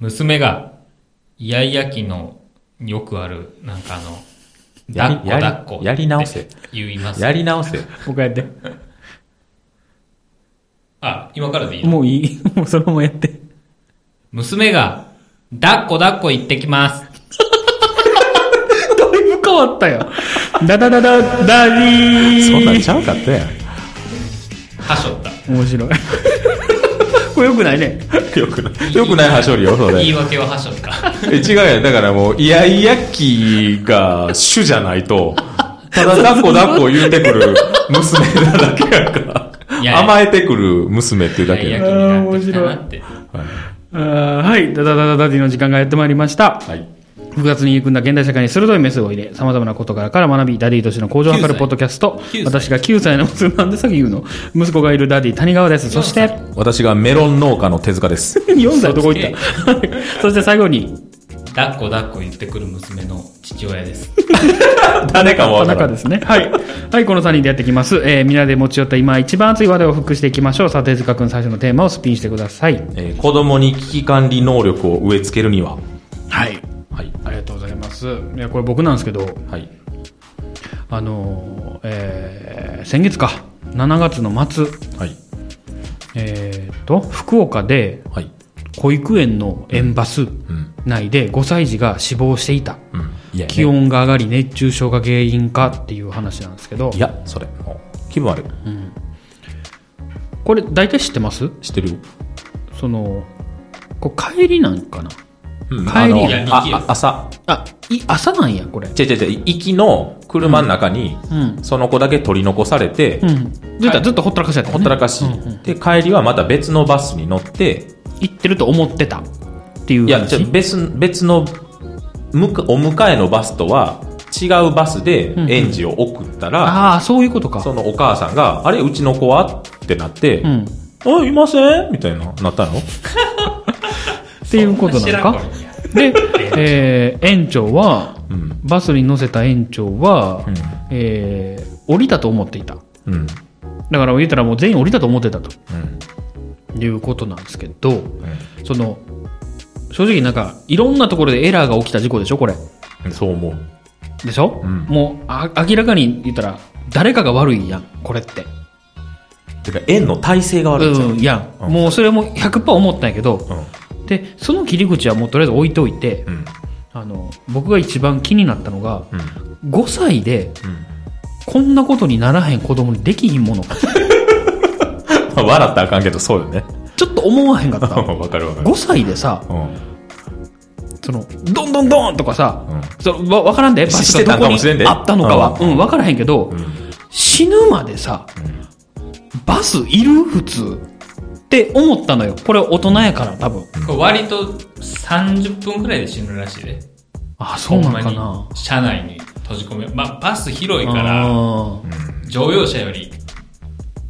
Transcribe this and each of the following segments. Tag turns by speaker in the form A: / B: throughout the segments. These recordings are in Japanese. A: 娘が、イヤイヤ期のよくある、なんかあの、
B: やり
A: 抱っこ抱っこ
B: やりやり直せ
A: って言います。
B: やり直せ。
C: もう一回やって。
A: あ、今からでいいの
C: もういい。もうそのままやって。
A: 娘が、抱っこ抱っこ行ってきます。
C: だいぶ変わったよ。ダダダダダディー
B: そんなんちゃうかったやん。
A: はしょった。
C: 面白い。これ良くないね。
B: よくない。よくないはしょりよ、それ
A: 言。い訳ははしょった。
B: え違うやん。だからもう、イヤイヤ期が主じゃない と、ただ抱っこ抱っこ言うてくる娘なだけやんか
A: いやいや
B: ら。甘えてくる娘っていうだけ
A: イヤイヤ
B: やん
A: 期
B: は
A: になってきたなって。
C: あーはい。ダダダダダディの時間がやってまいりました。
B: い。
C: 複雑に入り組んだ現代社会に鋭いメスを入れ、様々なことからから学び、ダディとしての向上を図
A: 9
C: る
A: 歳
C: ポッドキャスト
A: 9歳。
C: 私が9歳の娘なんでさっき言うの。息子がいるダディ、谷川です。そして、
B: 私がメロン農家の手塚です。
C: 4歳どこ行った そして最後に、
A: 抱っこ抱っこ言ってくる娘の父親です。
B: 誰かも
C: 田
B: わから
C: 中
B: ん
C: で。すね。はい。はい、この3人でやっていきます。えー、みんなで持ち寄った今一番熱い話題をフックしていきましょう。さあ、手塚くん最初のテーマをスピンしてください。
B: えー子供に危機管理能力を植え付けるには。
C: はい。
B: はい。
C: ありがとうございます。いや、これ僕なんですけど、
B: はい。
C: あのーえー先月か、7月の末、
B: はい。
C: えー、と、福岡で、
B: はい。
C: 保育園の園バス
B: うん。
C: 内で5歳児が死亡していた。
B: うん。いや、ね
C: 気温が上がり熱中症が原因かっていう話なんですけど
B: い、や、それ。もう気分悪い。
C: これ大体知ってます
B: 知ってるよ。
C: その、これ帰りなんかな
B: うん
C: 帰り
A: や
B: あのあ
A: 日記や
B: あ朝。
C: あ、い、朝なんや、これ。
B: 違う違う違う、行きの車の中に、
C: うん。
B: その子だけ取り残されて、
C: うん。ずっと、ずっとほったらかしやった、ね。
B: ほったらかし、で、帰りはまた別のバスに乗って、
C: 行ってると思ってた。っていう
B: いや、
C: 話。
B: じゃあ別、別の、むかお迎えのバスとは、違うバスで
C: ん
B: 園児を送ったら、
C: ああ、そういうことか。
B: そのお母さんが、あれ、うちの子はってなって、
C: うん。っ
B: あ、いませんみたいな、なったの
C: ていうことなの
A: 知らん
C: か
A: 頃。にや
C: で、えー、園長は、
B: うん。
C: バスに乗せた園長は、
B: うん
C: えー、降りたと思っていた。
B: うん。
C: だから言ったらもう全員降りたと思ってたと
B: うん。
C: いうことなんですけど、その、正直なんか、いろんなところでエラーが起きた事故でしょ、これ。
B: うん。そう思う。
C: でしょ、
B: うん
C: もうあ明らかに言ったら誰かが悪いやんこれって
B: てか、園の体制が悪いんちゃう
C: うんやん、
B: うん
C: もうそれも100%思ったんやけど
B: うん。
C: でその切り口はもうとりあえず置いといて
B: うん。
C: あの僕が一番気になったのが
B: うん。
C: 5歳で
B: うん。
C: こんなことにならへん子供にできひんものか
B: まあ笑ったらあかんけど、そうよね。
C: ちょっと思わへんかった
B: わかるわかる。
C: 5歳でさ
B: うん。
C: そのどんどんどんとかさ、
B: うん
C: そのわ分からんでバ
B: し
C: ス
B: て
C: が
B: たん
C: ど
B: か
C: こ
B: もしれん
C: に
B: で
C: あったのかは、
B: う
C: うんん分からへんけど、
B: うん
C: 死ぬまでさ、バスいる普通って思ったのよ。これ大人やから、多分。
A: これ割と30分くらいで死ぬらしいで。
C: あ、そうなんか
A: ほんま
C: な。
A: に車内に閉じ込め、まあ、バス広いから、
C: あ
A: 乗用車より、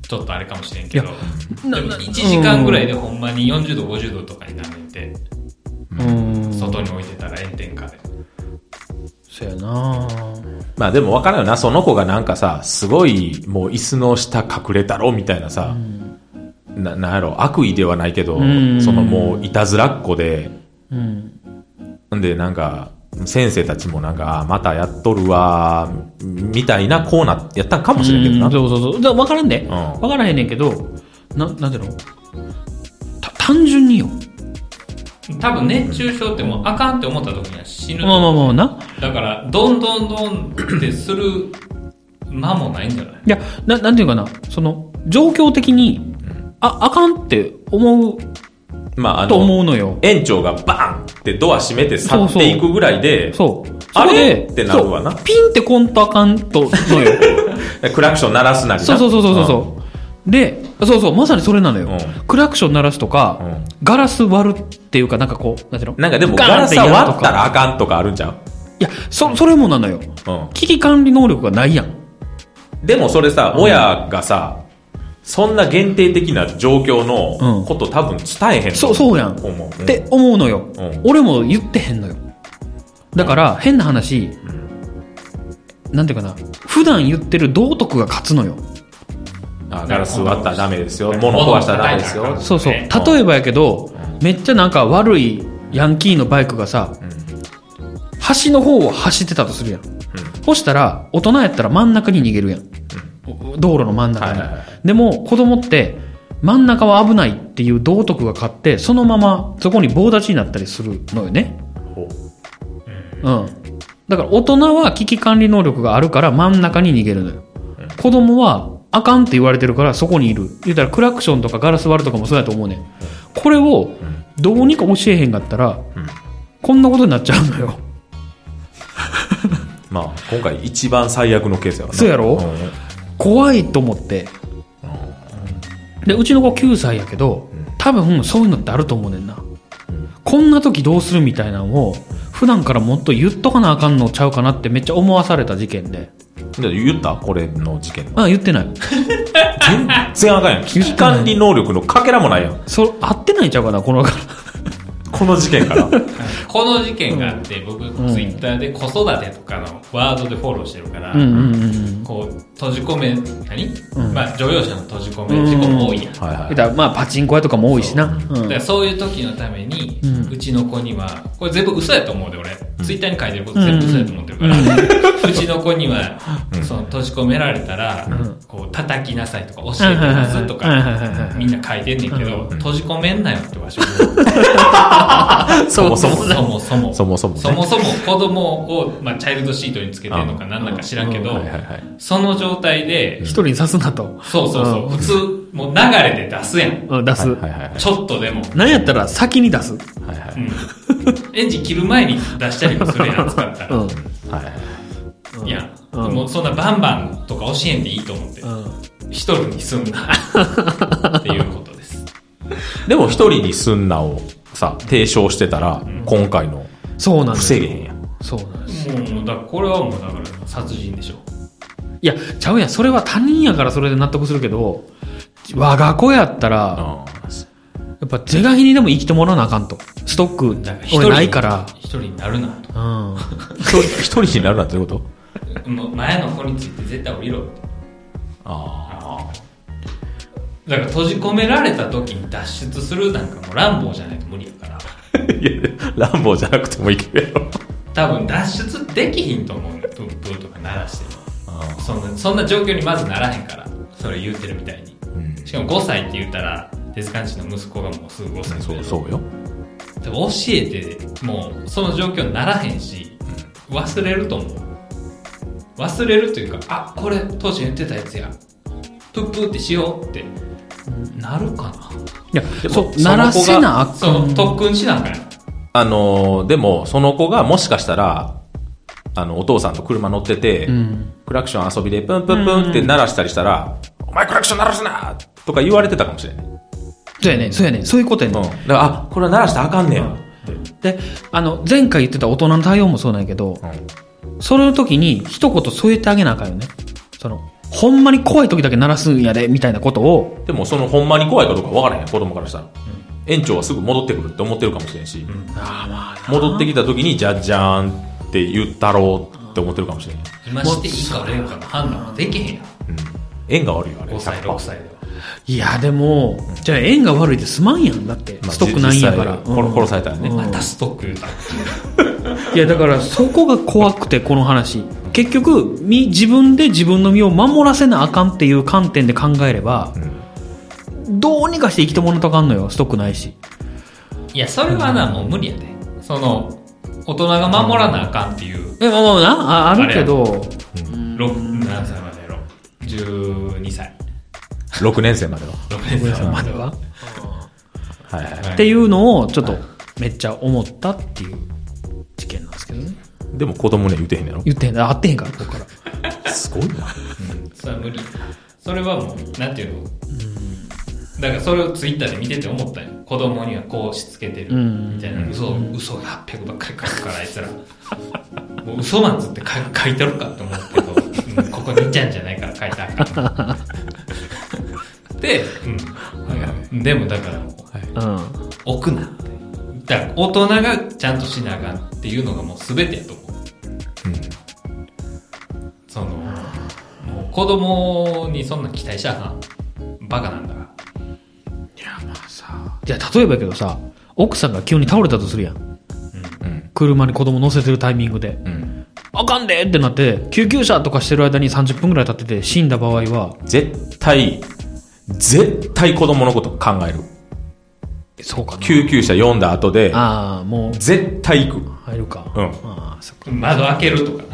A: ちょっとあれかもしれんけど、
C: や
A: でも
C: なな
A: 1時間ぐらいでほんまに40度、50度とかになってて、
C: ーうん。そ
A: 外に置いてたら炎天下で。
C: うやな。
B: まあでもわからんよな、その子がなんかさ、すごい、もう椅子の下隠れたろ、みたいなさ、な、なんやろ、悪意ではないけど、
C: ん
B: そのもう、いたずらっ子で、
C: うん。
B: んでなんか、先生たちもなんか、あーまたやっとるわー、みたいなコーナーやったんかもしれんけどな。
C: そうそうそう。だから分からんで。
B: ん
C: 分からへんねんけど、な、なんていうのた単純によ。
A: 多分熱中症ってもうあかんって思った時には死ぬ。
C: まあまあまあな。
A: だから、どんどんどんってする間もないんじゃない
C: いや、な、なんていうかな。その、状況的に、あ、あかんって思う
B: まああ
C: と
B: の、
C: 思うのよ。
B: 園長がバーンってドア閉めて去っていくぐらいで、
C: そう。
B: あれ
C: そこで
B: ってなるわな
C: そうピンってこんとあかんとの よ。
B: クラクション鳴らすなりな
C: そうそうそうそうそう。で、そうそう、まさにそれなのよ。
B: うん
C: クラクション鳴らすとか、
B: うん
C: ガラス割るっていうか、なんかこう、なんていうの
B: うんなんかでも、
C: ガ
B: ガ
C: ラ
B: ラ
C: ンっ
B: ス
C: て
B: は
C: やる
B: 割
C: と
B: っ
C: か
B: たらあかんとかあるんちゃう
C: いや、そ、それもなのよ。
B: うん。
C: 危機管理能力がないやん。
B: でもそれさ、親がさ、そんな限定的な状況
C: う
B: の
C: ん
B: こと多分伝えへんの
C: そう、そうやん。
B: 思う。うん
C: って思うのよ、
B: うん
C: 俺も言ってへんのよ。だから、変な話、なんていうかな、普段言ってる道徳が勝つのよ。
B: あガラス割ったらダメですよ。物壊したらダメですよ。
C: そうそう。
A: ね
C: 例えばやけど、めっちゃなんか悪いヤンキーのバイクがさ、橋の方を走ってたとするやん。そしたら、大人やったら真ん中に逃げるやん。道路の真ん中に。
B: はいはいはい
C: でも、子供って、真ん中は危ないっていう道徳が勝って、そのままそこに棒立ちになったりするのよね。
B: ほう
C: うん。だから大人は危機管理能力があるから真ん中に逃げるのよ。子供はあかんって言われてるからそこにいる。言うたらクラクションとかガラス割るとかもそうやと思うねん。これをどうにか教えへんかったら、こんなことになっちゃうのよ。
B: まあ、今回一番最悪のケースやわな
C: そうやろ
B: ん
C: 怖いと思って。で、うちの子9歳やけど、多分そういうのってあると思うねんな。こんな時どうするみたいなのを、普段からもっと言っとかなあかんのちゃうかなってめっちゃ思わされた事件で。
B: で言ったこれの事件。
C: あ、言ってない。
B: 全然あかんやん。危機管理能力のかけらもないやん。
C: それ合ってないんちゃうかなこの
B: この事件 から。
A: この事件があって、僕、ツイッターで子育てとかのワードでフォローしてるから、
C: うんうんうん
A: こう、閉じ込め、何、まあ、乗用車の閉じ込め事故も多いやん。
B: はいは
C: だからまあパチンコ屋とかも多いしなう
A: だ
C: ん
A: からそういう時のために、う
C: うん
A: ちの子にはこれ全部嘘やと思うで俺、ツイッターに書いてること全部嘘やと思ってるから、うちの子には、その閉じ込められたら、こう叩きなさいとか教えてますと
C: はいはいはいはいはい
A: か
C: はい
A: みんな書いてんねんけど、閉じ込めんなよってわしは思う
B: い。そもそも。
A: そもそも
B: そもそもね
A: そもそも子供を、まあ、チャイルドシートにつけてるのか何だか知らんけど、
B: はいはいはい。
A: その状態で、
C: 一人に刺すなと
A: そうそうそう、
C: うん
A: 普通もう流れで出すやん
C: うん出す
B: はいはいはい
A: ちょっとでも
C: なんやったら先に出す
B: はいは
A: うん
B: い
A: エンジン切る前に出したりもするやん、使った
C: う
A: ら。
C: ん
B: はいはい。
C: うん
A: いや、
C: うん
A: もうそんなバンバンとか教えんでいいと思って、
C: うん
A: 一人にすん な、っていうことです。
B: でも一人にすんなをさ、提唱してたら、今回の
C: そうなんです
B: 防げへ
C: よ
B: んやん。
C: そうなんです
A: もう、もうだからこれはもうだから殺人でしょ。
C: いやちゃうやんそれは他人やからそれで納得するけど我が子やったら
B: う
C: やっぱ是が非にでも生きてもらわなあかんとストッ
A: だから
C: ク俺ないから
A: 一人になるなと。
C: うん
B: ん。一人一人になるなんてどういうこと
A: もう前の子について絶対降りろって。
B: ああ。
A: だから閉じ込められた時に脱出するなんかもう乱暴じゃないと無理やから。
B: いや、乱暴じゃなくてもいけるやろ。
A: 多分脱出できひんと思うね。プンプンとか鳴らしても。
B: ああ
A: そんな、そんな状況にまずならへんから。それ言うてるみたいに。
B: うん。
A: しかも5歳って言ったら、デスカンチの息子がもうすぐ5歳
B: そう
A: う。
B: そうよ。
A: でも教えて、もうその状況にならへんし、忘れると思う。忘れるというか、あ、これ当時言ってたやつや。プップーってしようって、なるか
C: いや
B: でも
C: そう
B: その子が
C: 鳴らせなあ
A: な。
C: か
A: その
C: ん
A: 特訓しなんかや。
B: あのーでも、その子がもしかしたら、あの、お父さんと車乗ってて、
C: ん
B: クラクション遊びでプンプンプンって鳴らしたりしたら、お前クラクション鳴らすなとか言われてたかもしれない。うん。
C: そうやねんそうやねんそういうことやね
B: だ
C: ん
B: から、あ、これは鳴らしたらあかんねん。
C: で、あの、前回言ってた大人の対応もそうなんやけど、それの時に一言添えてあげなあかんよね。その、ほんまに怖い時だけ鳴らすんやで、みたいなことを、
B: でも、そのほんまに怖いかどうかわからへんやん、子供からしたら。園長はすぐ戻ってくるって思ってるかもしれんし、
C: ああまあ、
B: 戻ってきた時に、じゃじゃーんって言ったろうって思ってるかもしれんや
A: 今
B: ん。
A: していいか悪いかの判断はできへんやん。
B: うん。縁が悪いよ、あれ。
A: 5歳、
B: 100%
A: 6歳では。
C: いや、でも、じゃあ縁が悪いですまんやん、だって。
B: まあ
C: ストックないんやから。
B: 実際殺殺されたらね。
C: うん
A: またストック言うた。
C: いや、だからそこが怖くて、この話。結局、み自分で自分の身を守らせなあかんっていう観点で考えれば、どうにかして生きてもらうとあかんのよ、ストックないし。
A: いや、それはな、もう無理やで。その、大人が守らなあかんっていう、
C: え、まあまあな、ああるけど、
A: 六何歳までやろ ?12 歳。
B: 6年生までは。
A: 6年生ま
C: ま
A: で
C: だ
A: は。
C: は。
B: はいはい。
A: は
C: っていうのをちょっとめっちゃ思ったっていう事件なんですけどね
B: でも子供には言うてへんやろ。
C: 言ってへんあってへんからここから
B: すごいな。
A: それは無理。それはもう、なんていうのだからそれをツイッターで見てて思ったよ。子供にはこうしつけてる。
C: うん
A: みたいな。嘘、嘘800ばっかり書くから、あいつら。もう嘘なんつって書書いてるかって思うけど、うんここにいちゃんじゃないから書いてあかん。 で、うん。でもだから、
C: うん
A: 置くなって。だから大人がちゃんとしなあかんっていうのがもう全てやと思う。その、もう子供にそんな期待しちゃあかん。バカなんだから。
C: じゃあ例えばやけどさ奥さんが急に倒れたとするやん。
B: うん。
C: 車に子供乗せてるタイミングで。
B: うん。
C: あかんでってなって、救急車とかしてる間に30分ぐらい経ってて死んだ場合は、
B: 絶対、絶対子供のこと考える。
C: そうかな。
B: 救急車呼んだ後で、
C: ああ、もう、
B: 絶対行く。
C: 入るか。
B: うん
C: ああ、そっか。
A: 窓開けるとか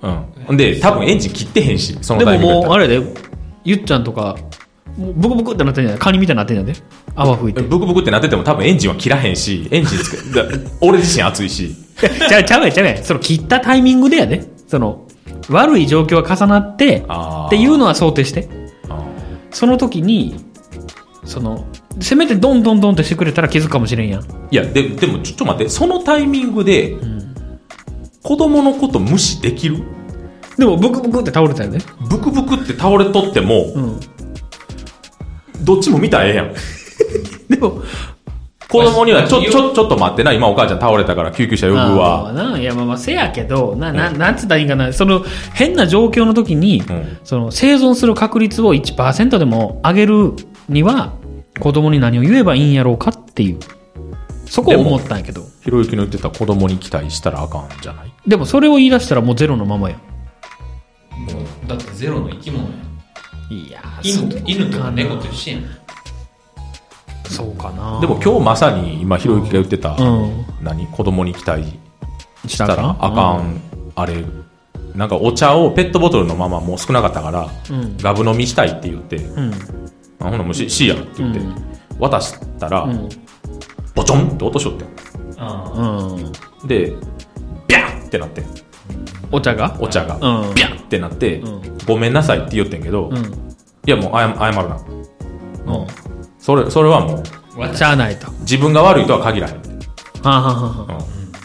A: な。
B: うん。ほんで、多分エンジン切ってへんし、その
C: で
B: タイミング
C: ももう、あ
B: れ
C: れで、ゆっちゃんとか、もうブクブクってなってんじゃないカニみたいになってんじゃない泡吹いて。
B: ブクブクってなってても多分エンジンは切らへんし、エンジンつ け、だ俺自身熱いし。
C: ちゃうちゃうやんちゃうやんその切ったタイミングでやで。その、悪い状況が重なって、
B: あー
C: っていうのは想定して。
B: あ
C: その時に、その、せめてドンドンドンってしてくれたら気づくかもしれんやん。
B: ーいや、で、でもちょ、ちょっと待って、そのタイミングで、子供のこと無視できる
C: でも、ブクブクって倒れたよね。
B: ブクブクって倒れとっても、
C: うん。
B: どっちも見たらええやん。
C: でも、
B: 子供には、ちょ、ちょ、ちょっと待ってな、今お母ちゃん倒れたから救急車呼ぶ
C: ま
B: わ
C: あ。な。いや、まあまあ、せやけど、な、な、なんつったらいいんかな。その、変な状況の時に、
B: うん
C: その、生存する確率を1%でも上げるには、子供に何を言えばいいんやろうかっていう。そこを思ったんやけど。でも、
B: ひろゆきの言ってた子供に期待したらあかんじゃない
C: それを言い出したらもうゼロのままやん。
A: もう、だってゼロの生き物やん。
C: いや
A: 犬と、犬とか猫と
C: と
A: 一緒やん。
C: そうかな。
B: でも、今日まさに今ひろゆきが言ってた、
C: うん。
B: 何子供に期待
C: し
B: したらあかん、あれなんかお茶をペットボトルのままもう少なかったから、
C: うん
B: ガブ飲みしたいって言って「
C: うん。
B: あほなもうししいや」って言って、
C: うん
B: 渡したら、
C: うん。
B: ボチョンって落としとって
A: ああ。
C: うん。
B: んでビャンってなってん
C: お茶が
B: お茶が、
C: うん
B: ビャンってなって、
C: うん
B: ごめんなさい」って言ってんけど、
C: う
B: い
C: ん。
B: やもう謝謝るな
C: うん。
B: それそれはもう
A: 私
C: しゃあないと。は
B: 自分が悪いとは限らへん、うん
C: あ、はあは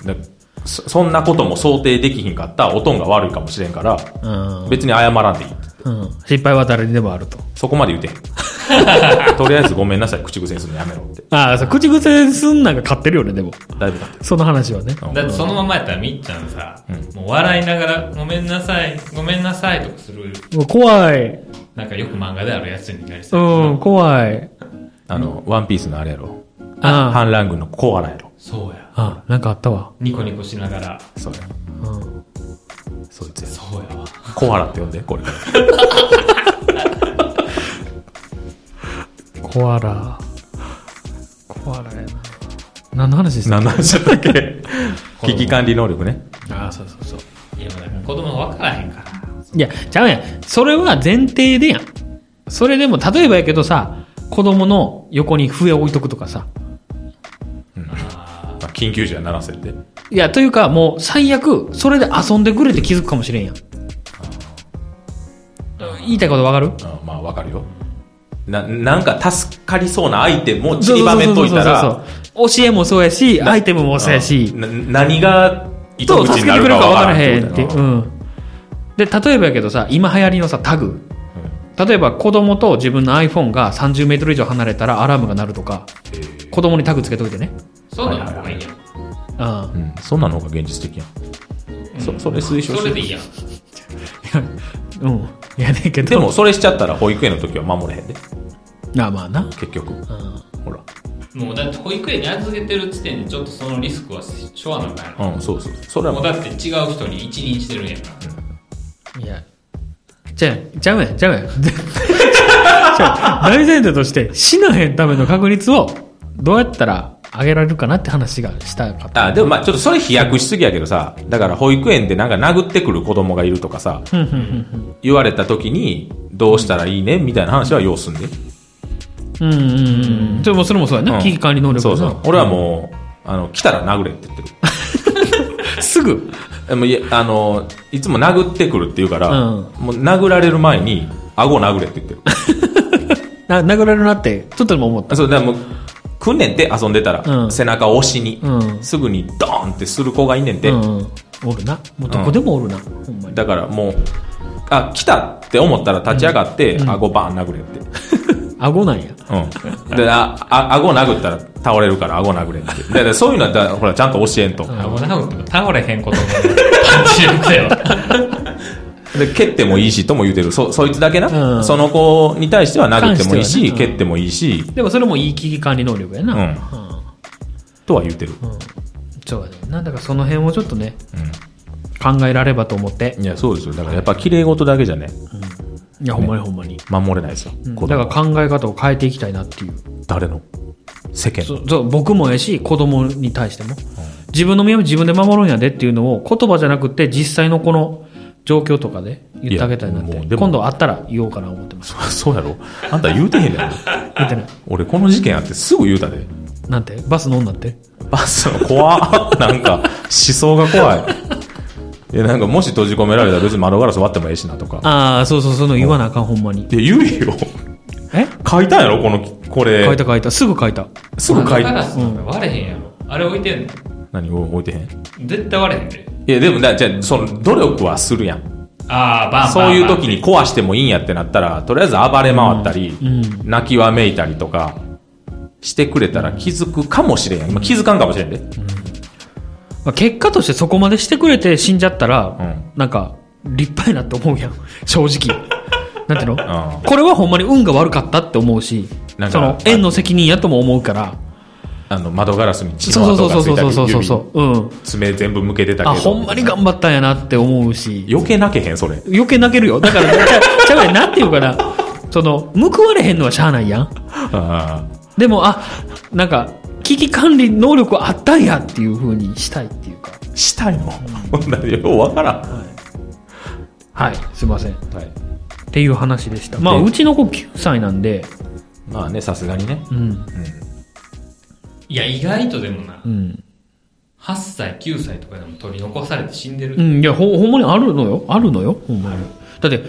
B: でそそんなことも想定できひんかったおとんが悪いかもしれんから
C: あはあ、
B: 別に謝らんでいい
C: うん。うん。失敗は誰にでもあると。
B: そこまで言うて へん。とりあえずごめんなさい、口癖にするのやめろって。
C: ああ、そう、口癖すんなんか買ってるよね、でも。
B: だいぶ経ってる
C: その話はね。
A: だってそのままやったらみっちゃんさ、もう笑いながら、ごめんなさい、ごめんなさいとかする、
C: もう怖い。
A: なんかよく漫画であるやつになりそうう。
C: ん、怖い。
B: あの、ワンピースのあれやろ。
C: あ
B: 反乱軍のコアラやろ。
A: そうや。
C: あ、ああなんかあったわ。
A: ニコニコしながら、
B: そうや。
C: うん。
B: そいつや。
A: そうやわ。
B: コアラって呼んで、これから。
C: コアラ。コアラやな。何の話ですか
B: 何の話だったっ け危機管理能力ね。
C: ああ、そうそうそう。
A: いや、だから子供は分からへんから。
C: いや、ちゃうやん。それは前提でやん。それでも、例えばやけどさ、子供の横に笛置いとくとかさ。
A: あ
B: まあ緊急時は鳴らせて。
C: いや、というか、もう最悪、それで遊んでくれて気づくかもしれんやん。言いたいことわかる
B: うんまあ、わかるよ。な、なんか助かりそうなアイテムを散りばめといた
C: そうそう
B: ら、
C: そうそう教えもそうやし、
B: な
C: アイテムもそうやし
B: う、んな何が糸
C: そう、
B: 口
C: 助
B: に
C: け
B: な
C: て
B: る
C: く
B: か
C: れるか
B: わ
C: わ
B: か
C: からら
B: へ
C: へ
B: んっ
C: んってて。
B: いうう
C: う
B: ん
C: ん。で、例えばやけどさ、今流行りのさ、タグ。例えば子供と自分の iPhone が30メートル以上離れたらアラームが鳴るとか、子供にタグつけといてね。
A: あ。そうなのがいいやん。
C: うん。
B: うん。そんなのが現実的やん。そ、それ推奨
A: そ
B: して
A: れ
B: る
A: でいいやん。
C: うん。いやねんけど。
B: でも、それしちゃったら保育園の時は守れへんで、
C: あまあな。
B: 結局。
C: う
B: ほら。
A: もうだって保育園に預けてる時点でちょっとそのリスクはしょうがないか
B: うん、そうそう。それ
A: ら。
B: は
A: も
B: も
A: う
B: う、
A: だって違う人に一任してるんやから。
C: ん。いや。じゃあ、ちゃうやん、ちゃう やん。ちゃう大前提として、死なへんための確率を、どうやったら上げられるかなって話がしたかった。
B: あ、でもまあちょっとそれ飛躍しすぎやけどさ、だから保育園でなんか殴ってくる子供がいるとかさ、
C: うん、うん、うん。
B: 言われた時に、どうしたらいいねみたいな話は要すんで。
C: うんうんうんうん。でもそれもそうやね。
B: うん
C: 危機管理能力
B: そう
C: な
B: そう。俺はもう、あの、来たら殴れって言ってる。
C: すぐ。
B: でもいや、あの、いつも殴ってくるって言うから、
C: うん
B: もう殴られる前に、顎殴れって言ってる。
C: な、殴られるなって、ちょっとでも思った。
B: そう、でも、訓練って遊んでたら、
C: うん
B: 背中を押しに、
C: うん
B: すぐにドーンってする子がいんねんて、
C: うんうん。おるな。もうどこでもおるな。ほんまに。
B: だからもう、あ、来たって思ったら立ち上がって、顎バーン殴れって。
C: 顎なんや。
B: うん。で、あ、あ顎殴ったら倒れるから顎殴れって。だからそういうのは、だほら、ちゃんと教えんと。
A: あ、もうなおとか倒れへんことも感じるんだよ。
B: で、蹴ってもいいしとも言うてる。そ、そいつだけな。
C: うん
B: その子に対しては殴ってもいいし、
C: 関しては
B: 蹴
C: ね
B: ってもいいし、
C: でもそれもいい危機管理能力やな。
B: うん
C: ん
B: とは言ってる。
C: うん。そうだね。なんだかその辺をちょっとね、
B: う
C: 考えられればと思って
B: ん。。いや、そうですよ。だからやっぱ綺麗事だけじゃね、
C: いや、ほんまにほんまに。
B: 守れないですよ。
C: うん
B: 子
C: だ
B: 供
C: から考え方を変えていきたいなっていう。
B: 誰の世間
C: そう、そう僕もやし、子供に対しても。自分の身は自分で守るんやでっていうのを、言葉じゃなくて、実際のこの状況とかで言ってあげたいなっ
B: いやもう
C: て。
B: でも
C: 今度会ったら言おうかな思ってます。
B: そ そうやろあんた言うてへんねん。
C: 言ってない。
B: 俺この事件あってすぐ言うたで。
C: なんてバス乗んなって
B: バスの怖っ なんか、思想が怖い。いや、なんかもし閉じ込められたら別に窓ガラス割ってもええしなとか。
C: ああ、そうそう、そういうの言わなあかん、ほんまに。
B: で、言えよ。
C: え
B: 書いたんやろこの、これ。
C: 書いた書いた。すぐ書いた。
B: すぐ書い
A: ガラ
B: た。
A: スなんか割れへんやろ。あれ置いてんの
B: 何を置いてへん
A: 絶対割れへんで。
B: いや、でもだ、じゃあその、努力はするやん。
A: ああ、バンバンバン。
B: そういう時に壊してもいいんやってなったら、とりあえず暴れ回ったり、泣きわめいたりとか、してくれたら気づくかもしれんやん。今気づかんかもしれんで。
C: まあ、結果としてそこまでしてくれて死んじゃったら、
B: うん
C: なんか、立派やなって思うやん。 正直。なんていうの、
B: うん
C: これはほんまに運が悪かったって思うし
B: なん、か
C: その、縁の責任やとも思うから。
B: あの、窓ガラスに血
C: そ
B: の
C: うそ
B: 跡
C: う
B: が
C: そう
B: ついた
C: そう
B: り、
C: そうそう
B: 指
C: そう。うん。
B: 爪全部向けてたけど。
C: あ、ほんまに頑張ったんやなって思うし。
B: 余計泣けへん、それ。
C: 余計泣けるよ。だから、ちゃちゃうやんなんていうかな。その、報われへんのはしゃあないやん。
B: あ
C: でも、あ、なんか、危機管理能力あったんやっていう風にしたいっていうか。
B: ーしたいのほんなら ようわからん。
C: はい、すいません。っ
B: はい。
C: ていう話でした。まあ、
B: で
C: うちの子9歳なんで、
B: まあね、さすがにね。
C: うん、
A: いや、意外とでもな
C: う、ん。
A: 8歳、9歳とかでも取り残されて死んで
C: う
A: る。
C: ん、いや、ほ、ほんまにあるのよ。あるのよ。ほんまに。だって、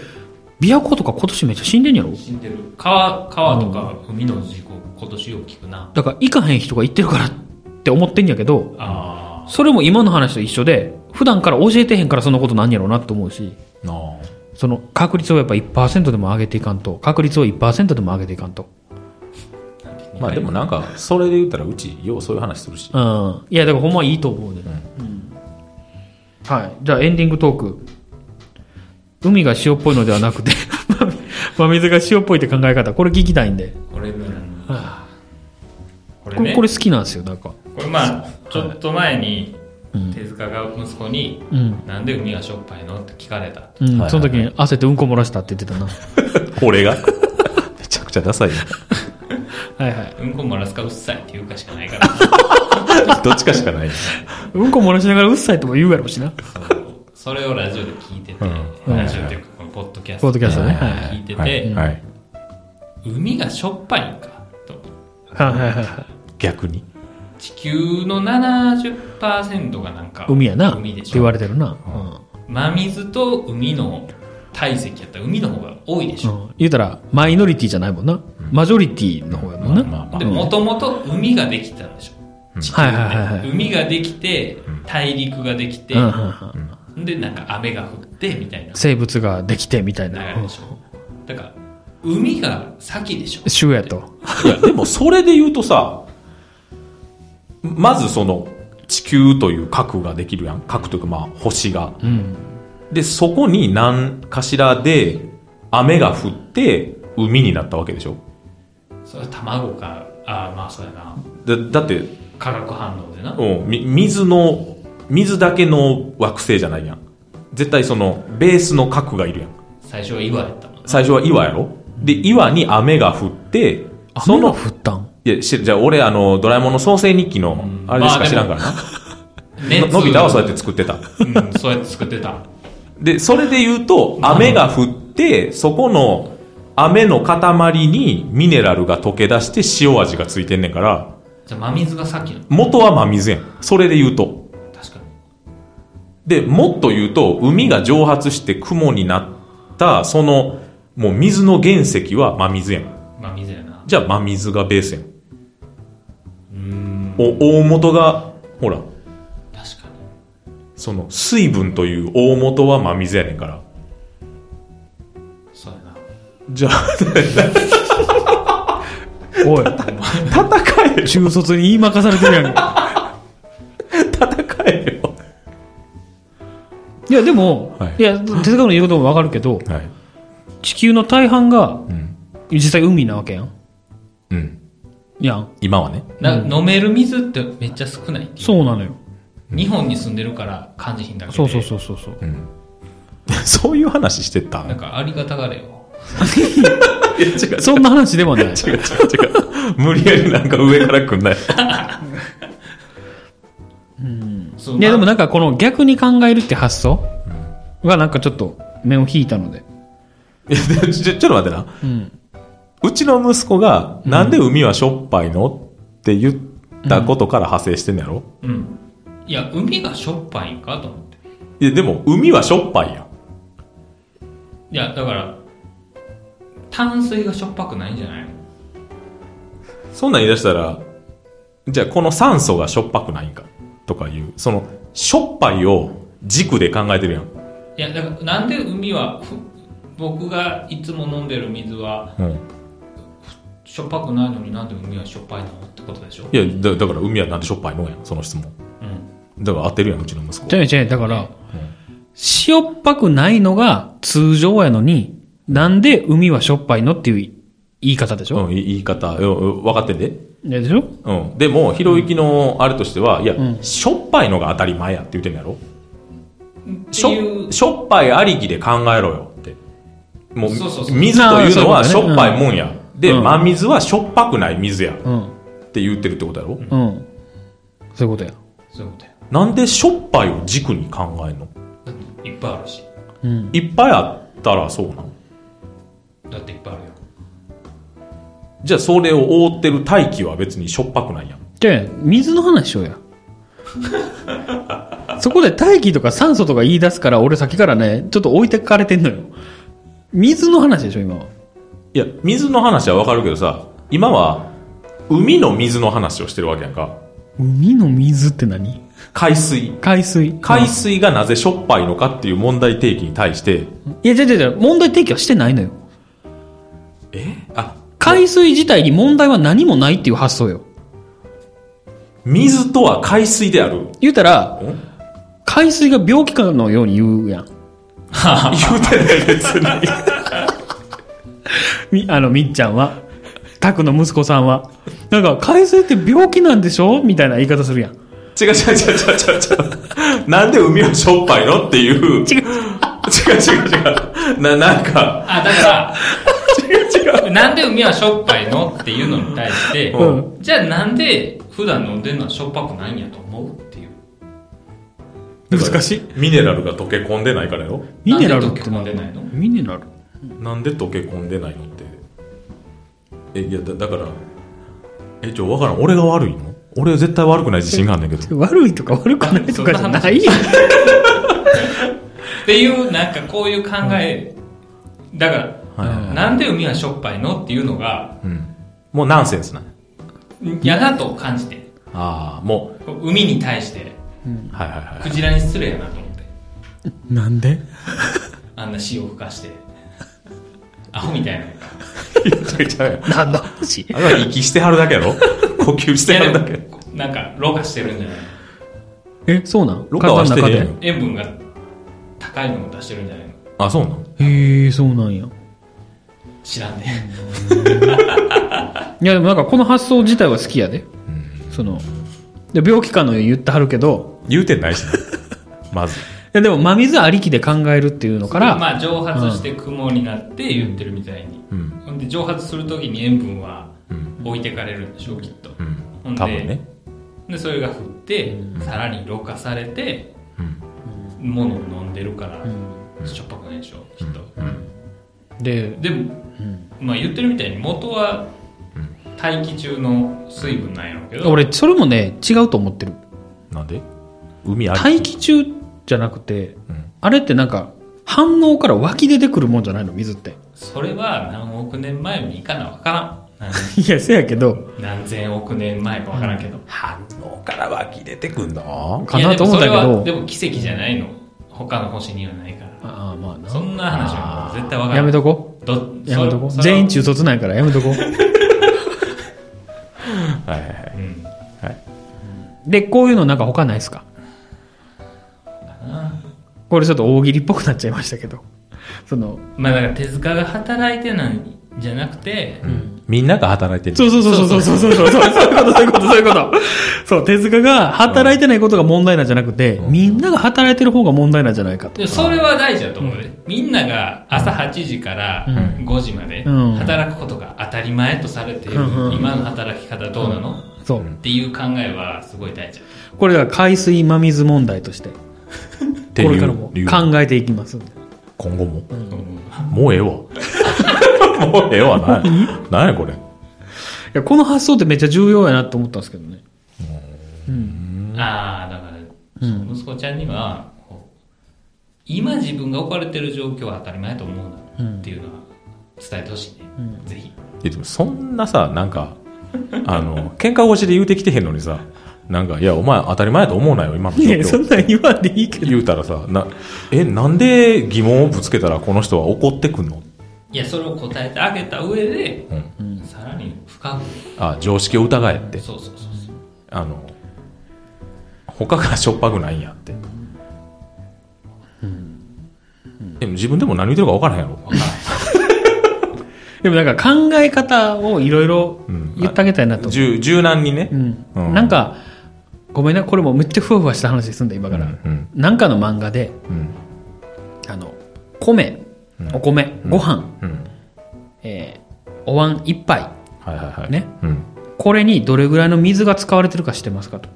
C: 琵琶湖とか今年めっちゃ死んでんやろ
A: 死んでる。川、川とか海の事故、今年よく聞くな。
C: だから、行かへん人が行ってるからって思ってんやけど、
A: ああ。
C: それも今の話と一緒で、普段から教えてへんからそんなことなんやろうなと思うし、
B: なあ。
C: その確率をやっぱ1%でも上げていかんと、確率を1%でも上げていかんと。
B: まあでもなんか、それで言ったらうち、ようそういう話する し。
C: うん。いや、だからほんまいいと思うね。うんはい。じゃあエンディングトーク。海が塩っぽいのではなくて、 真水が塩っぽいって考え方、これ聞きたいんで。
A: これなん
C: は
A: これ
C: これ
A: ね。
C: これ好きなんですよ、なんか。
A: これまあ、ちょっと前に
C: うん、
A: 手塚が息子に、
C: うん。
A: なんで海がしょっぱいのって聞かれた。
C: うん、
B: はいはい
C: その時に焦ってうんこ漏らしたって言ってたな。
B: 俺が めちゃくちゃダサいよ。
C: はいはい。
A: うんこ漏らすかうっさいって言うかしかない から。
B: どっちかしかない。
C: うんこ漏らしながらうっさいとも言うやろうしな。
A: そうそれをラジオで聞いてて、
B: うん
A: ラジオっていうか、このポッドキャス
C: ポッ
A: ト
C: ド
A: で
C: キャストね。はいはい
A: 聞いてて、
B: はい。はい
A: 海がしょっぱいんかと。
C: はいはいはい。
B: 逆に。
A: 地球の70%がなんか
C: 海やな。
A: 海で
C: って
A: し
C: 言わ
A: ょ
C: れてるな。
A: 真水と海の体積やったら海の方が多いでし
C: う
A: ょ、
C: ん。うん言うたら、マイノリティじゃないもんな。マジョリティの方やもん
B: まあ
C: な。
B: まあま
A: で
B: あ。
A: もともと海ができたんでしょ地球
C: はいはいはいは
A: っ
C: い
A: て海ができて大陸ができて、
C: うんうんうん
A: でなんか雨が降ってみたいな
C: 生物ができてみたい
A: 流
C: な
A: れでしょだから海が先でしょ
C: 週やと
B: いや、でもそれで言うとさ、まずその、地球という核ができるやん。核というかまあ、星が。
C: うん
B: で、そこに何かしらで、雨が降って、海になったわけでしょ
A: それは卵かああまあそうやな
B: だだって、
A: 化学反応でな
B: うん、み水の、水だけの惑星じゃないやん。絶対その、ベースの核がいるやん。
A: 最初は岩や ったもんな
B: 最初は岩やろで、岩に雨が降って、そ
C: 雨が
B: の、
C: 降ったん
B: いや、しじゃあ俺、あの、ドラえもんの創世日記の、あれでし
A: ま
B: か
A: あ
B: 知らんからな。
A: 熱
B: ののび太はそうやって作ってた。
A: うん、そうやって作ってた
B: で、それで言うと、雨が降って、そこの雨の塊にミネラルが溶け出して塩味がついてんねんから、
A: じゃあ真水が先の
B: 元は真水やん。それで言うと。
A: 確かに
B: で、もっと言うと、海が蒸発して雲になった、その、もう水の原石は真水やん。
A: まあ水やな
B: じゃあ真水がベースやん。
A: うーん
B: お、大元が、ほら、
A: 確かに
B: その水分という大元は真水やねんから。
A: そうやな
B: じゃあ、
C: おい
B: 戦えよ。
C: 中卒に言い任されてるやんか
B: 戦えよ。
C: いやでも、
B: はい
C: い、や哲学の言うこともわかるけど
B: はい。
C: 地球の大半が
B: うん。
C: 実際海なわけやん
B: うん。
C: やん。
B: 今はね。
A: な
C: うん
A: 飲める水ってめっちゃ少ないっていう
C: そうなのよ。
A: 日本に住んでるから感じひんだけで
C: そうそうそうそうそう。
B: うん。 そういう話してた
A: なんかありがたがれよ
B: いや違う
C: そんな話では ない。
B: 違う違う違う。 無理やりなんか上から来んない。
A: そう
C: いやでも
A: まあ
C: なんかこの逆に考えるって発想がなんかちょっと目を引いたので。
B: いやでちょちょっと待ってな。
C: うん。
B: うちの息子が、なんで海はしょっぱいのって言ったことから派生してんのやろ、
A: うんいや海がしょっぱいんかと思って
B: いや、でも、海はしょっぱいやん。
A: いやだから淡水がしょっぱくないんじゃないの
B: そんなん言い出したら、じゃあこの酸素がしょっぱくないんかとかいう、その、しょっぱいを軸で考えてるやん。
A: いやだからなんで海はふ僕がいつも飲んでる水は
B: うん。
A: しょっぱくないのになんで海はしょっぱいのってことでしょ
B: いや、だだから海はなんでしょっぱいのやん、その質
A: う
B: 問。
A: ん
B: だから合ってるやん、うちの息子。
C: じゃあじゃあだから、塩っぱくないのが通常やのに、なんで海はしょっぱいのっていう言い方でしょ、
B: うん、い言い方、うん分かってんで。
C: いやでしょ
B: うん。でも、ひろゆきのあれとしては、いや、
C: うん
B: しょっぱいのが当たり前やって言ってんのやろ
A: って
B: し
A: いう
B: ょしょっぱいありきで考えろよって。もう、
A: そうそうそう
B: 水というの
C: あ
B: は
C: ー
B: し
C: そういう
B: ょ
C: こと
B: っ
C: ね
B: ぱいもんや。で、
C: うん
B: 真水はしょっぱくない水やっ
C: うん。
B: て言ってるってことやろ、
C: うん。そういうことや。
A: そういうことや
B: なんでしょっぱいを軸に考えんの
A: だっていっぱいあるし
C: うん。
B: いっぱいあったらそうなの
A: だっていっぱいあるよ
B: じゃあそれを覆ってる大気は別にしょっぱくないやん。
C: じゃあ水の話しようや。 そこで大気とか酸素とか言い出すから、俺先からね、ちょっと置いてかれてんのよ。水の話でしょ、今は。
B: いや、水の話はわかるけどさ、今は海の水の話をしてるわけやんか。
C: 海の水って何
B: 海水。
C: 海水。
B: 海水がなぜしょっぱいのかっていう問題提起に対して、
C: いや、違う違う違う、問題提起はしてないのよ。
B: えあ、
C: 海水自体に問題は何もないっていう発想よ。
B: 水とは海水である。
C: 言うたら、海水が病気かのように言うやん。
B: 言うてない別に。
C: み、あの、みっちゃんは。タクの息子さんは。なんか、海水って病気なんでしょみたいな言い方するやん。
B: 違う違う違う違う違う違う。なんで海はしょっぱいのっていう。違う違う違う。な、なんか、
A: あだから
B: 違う違う。
A: なんで海はしょっぱいのっていうのに対して、
B: う
A: じゃあなんで普段飲んでるのはしょっぱくないんやと思うっていう。
C: 難しい。
B: ミネラルが溶け込んでないからよ。
C: ミネラルって
A: な
C: な
A: で溶け込ん
C: ん
A: でないの
C: ミネラル
B: なんで溶け込んでないのって。え、いや、だだから、え、ちょ、わからん。俺が悪いの俺絶対悪くない自信があんねんけど。
C: 悪いとか悪くないとかじゃないやん。
A: っていう、なんかこういう考え、だから、
B: はいはいはい
A: なんで海はしょっぱいのっていうのが
B: うん。もうナンセンスなんや
A: 嫌だと感じて、
B: ああ、もう、
A: 海に対して、
B: はいはい はい。
A: クジラに失礼やなと思って、
C: なんで
A: あんな塩をふかして、アホみ たいな。い
C: なんだ話
B: あれは息してはるだけや ろ呼吸しては
A: や
B: る
A: で
B: だ
A: も
B: け。
A: なんか、ろ過してるんじゃない
C: え、そうなん
B: ろ過はしてねえ
C: 体
B: よ
C: の中
A: 塩分が高いのを出してるんじゃないの
B: あ、そうなん
C: でへえ、そうなんや。
A: 知らんで、
C: いや、でもなんかこの発想自体は好きやで。その、で病気かのように言ってはるけど、
B: 言うてないし な。まず。
C: いやでも真水ありきで考えるっていうのから、
A: まあ蒸発して雲になって言ってるみたいに、
B: うん。
A: ほんで蒸発するときに塩分は
B: うん。
A: 置いてかれるんでしょうきっと
B: う
A: ほん
B: ん。
A: で
B: 多分ね。
A: でそれが降って、さらにろ過されて
B: うん。
A: ものを飲んでるから、
C: うん
A: しょっぱくないでしょきっと、
B: うん。
C: で、
A: でも、
C: ん
A: まあ言ってるみたいに元は大気中の水分なんやろうけど、
C: 俺、それもね、違うと思ってる。
B: なんで海あり
C: 大気中じゃなくて、
B: うん
C: あれってなんか、反応から湧き出てくるもんじゃないの、水って。
A: それは何億年前にいかなわからん
C: いや、せやけど、
A: 何何千億年前かわからんけど、
B: 反応から湧き出てくんの
C: かなと思ったけ
A: いやでもそれ
C: ど
A: はで、も奇跡じゃないの他の星にはないから
C: ああ、まあ
A: そ
C: な。
A: んな話はもう絶対わから
C: や
A: な
C: め
A: い。
C: とこ。
A: ど
C: やめとこ。
A: それ
C: 全員中卒なんやからやめとこ。
B: はいはいはい。
A: うん。
C: で、こういうのなんか他ないっすかこれちょっと大喜利っぽくなっちゃいましたけど。その、
A: まあだから手塚が働いてないじゃなくて、
B: みんなが働いてる。
C: そうそうそうそうそうそうそうそうそういうことそういうことそういうことそう手塚が働いてないことが問題なんじゃなくて、みんなが働いてる方が問題なんじゃないかと
A: でそれは大事だと思うね、みんなが朝8時から5時まで
C: うん
A: 働くことが当たり前とされている、
C: うんうん
A: 今の働き方どうなの、
C: そう
A: っていう考えはすごい大事だ
C: これが海水真水問題としてこ
B: って
C: れ
B: い
C: から
B: う
C: も
B: 理由
C: 考えていきますんで
B: 今後も。
A: と思う、
B: もう ええわ。もうええわ。な何やこれ。
C: いやこの発想ってめっちゃ重要やなと思ったんですけどね
A: ああだから、
C: うん
A: 息子ちゃんにはこう今自分が置かれてる状況は当たり前と思うなっていうのは伝えてほしいね、ぜひ
B: いやでもそんなさ、なんか、あの、喧嘩腰で言うてきてへんのにさ、なんか、いや、お前当たり前やと思うなよ、今の状
C: いやそ
B: 況。
C: んなん言わんでいいけど
B: 言うたらさ、な、え、なんで疑問をぶつけたらこの人は怒ってくんの
A: いやそれを答えてあげた上で、
B: うん
A: さらに深
B: あ、常識を疑えっ
A: く
B: て。
A: そうそうそうそう
B: あの、他がしょっぱくないんやって。でも自分でも何言ってるか分からへんやろ。
C: でもなんか考え方をいろいろ
B: うん
C: 言ってあげたいなと思
B: 柔柔軟にね
C: う、う。ん
B: うん
C: なんかごめんなこれもめっちゃふわふわした話すんだ今から、
B: うん。
C: なんかの漫画で
B: うん。
C: あの米
B: うん
C: お米、ご飯、
B: うん。
C: えーお椀一杯
B: はいはいはい。
C: ね。
B: うん。
C: これにどれぐらいの水が使われてるか知ってますかと、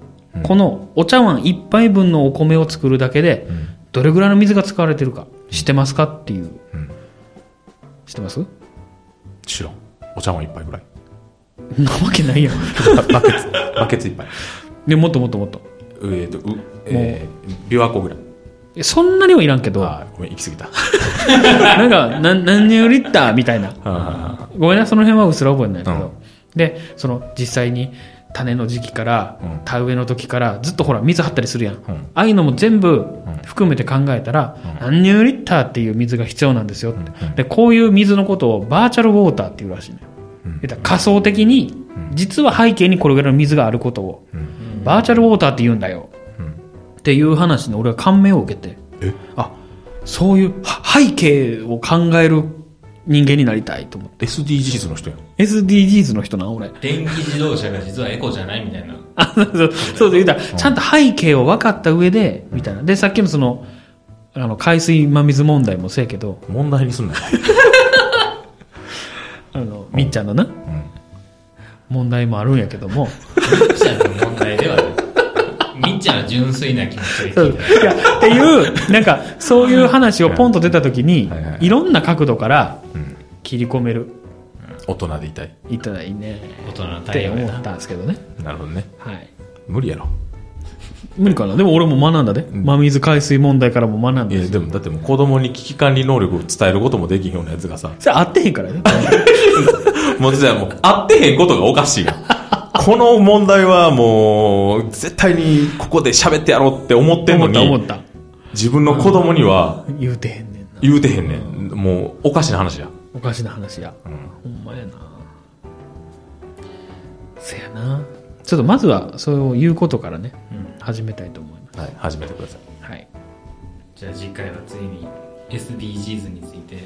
C: このお茶碗一杯分のお米を作るだけで
B: うん
C: どれぐらいの水が使われてるか知ってますかっていう、
B: うん
C: 知ってます な
B: 知らん。お茶碗一杯ぐらい。
C: わけないやん
B: バケツ、 バケツ一杯。
C: でもっともっともっと
B: うえっと、う、えー、琵琶湖ぐらい。
C: えそんな量いらんけど
B: あーごめん、行き過ぎた。
C: なんか何何十リッターみたいな
B: あ
C: ごめんなその辺はうっすら覚えてないけど、
B: うん
C: でその実際に種の時期から
B: うん
C: 田植えの時からずっとほら水張ったりするやん、
B: うん
C: ああいうのも全部
B: ん
C: 含めて考えたら、何十リッターっていう水が必要なんですよって、
B: うんうん
C: でこういう水のことをバーチャルウォーターっていうらしいのよ、
B: うん
C: 言ったら仮想的に実は背景にこれぐらいの水があることをバーチャルウォーターって言うんだよ、
B: うん
C: っていう話に俺は感銘を受けて
B: え
C: あそういうは背景を考える人間になりたいと思って
B: SDGs の人やん。
C: SDGs の人なん俺
A: 電気自動車が実はエコじゃないみたいな
C: あそうそうそう言うたらちゃんと背景を分かった上でみたいなでさっきのそのあの海水真水問題もそうやけど
B: 問題にすんなよ。
C: あのみっちゃんのな、問題もあるんやけども
A: みっちゃんの問題ではないみっちゃんは純粋な気持ちで
C: そう
A: 聞い
C: い
A: て
C: やっていうなんかそういう話をポンと出た時に
B: はいはい
C: いろんな角度から
B: うん
C: 切り込める
B: 大人でいたい。
C: いったらいいね
A: 大人の
C: っ
A: 対
C: て
A: 応や
C: 思
A: な
C: ったんですけどね
B: なるほどね。
C: はい
B: 無理やろ。
C: 無理かなでも俺も学んだで真水海水問題からも学ん
B: いや、
C: だ
B: でもだってもう子供に危機管理能力を伝えることもできひんようなやつがさ、
C: それ合ってへんからね
B: もう実はもう、合ってへんことがおかしいやん。この問題はもう、絶対にここで喋ってやろうって思ってんの
C: 思った思
B: に
C: っ、た
B: 自分の子供には
C: 言うてへんねんな
B: 言うてへんねん。もう、おかしな話や。
C: おかしな話や、ほんまやなせやなちょっとまずはそれを言うことからね、始めたいと思います
B: はい、始めてください。
C: はい
A: じゃあ次回はついに SDGs について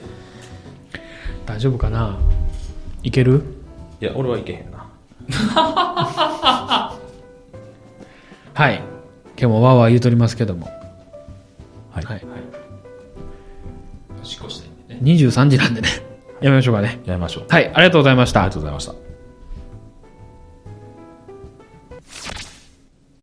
C: 大丈夫かないける
B: いや、俺はいけへんな。
C: はい今日もわーわー言うとりますけども、
B: はい。
C: はい、
A: おしっこしたいんでね
C: 23時なんでねやめましょうかね
B: やりましょう。
C: はいありがとうございました
B: ありがとうございました。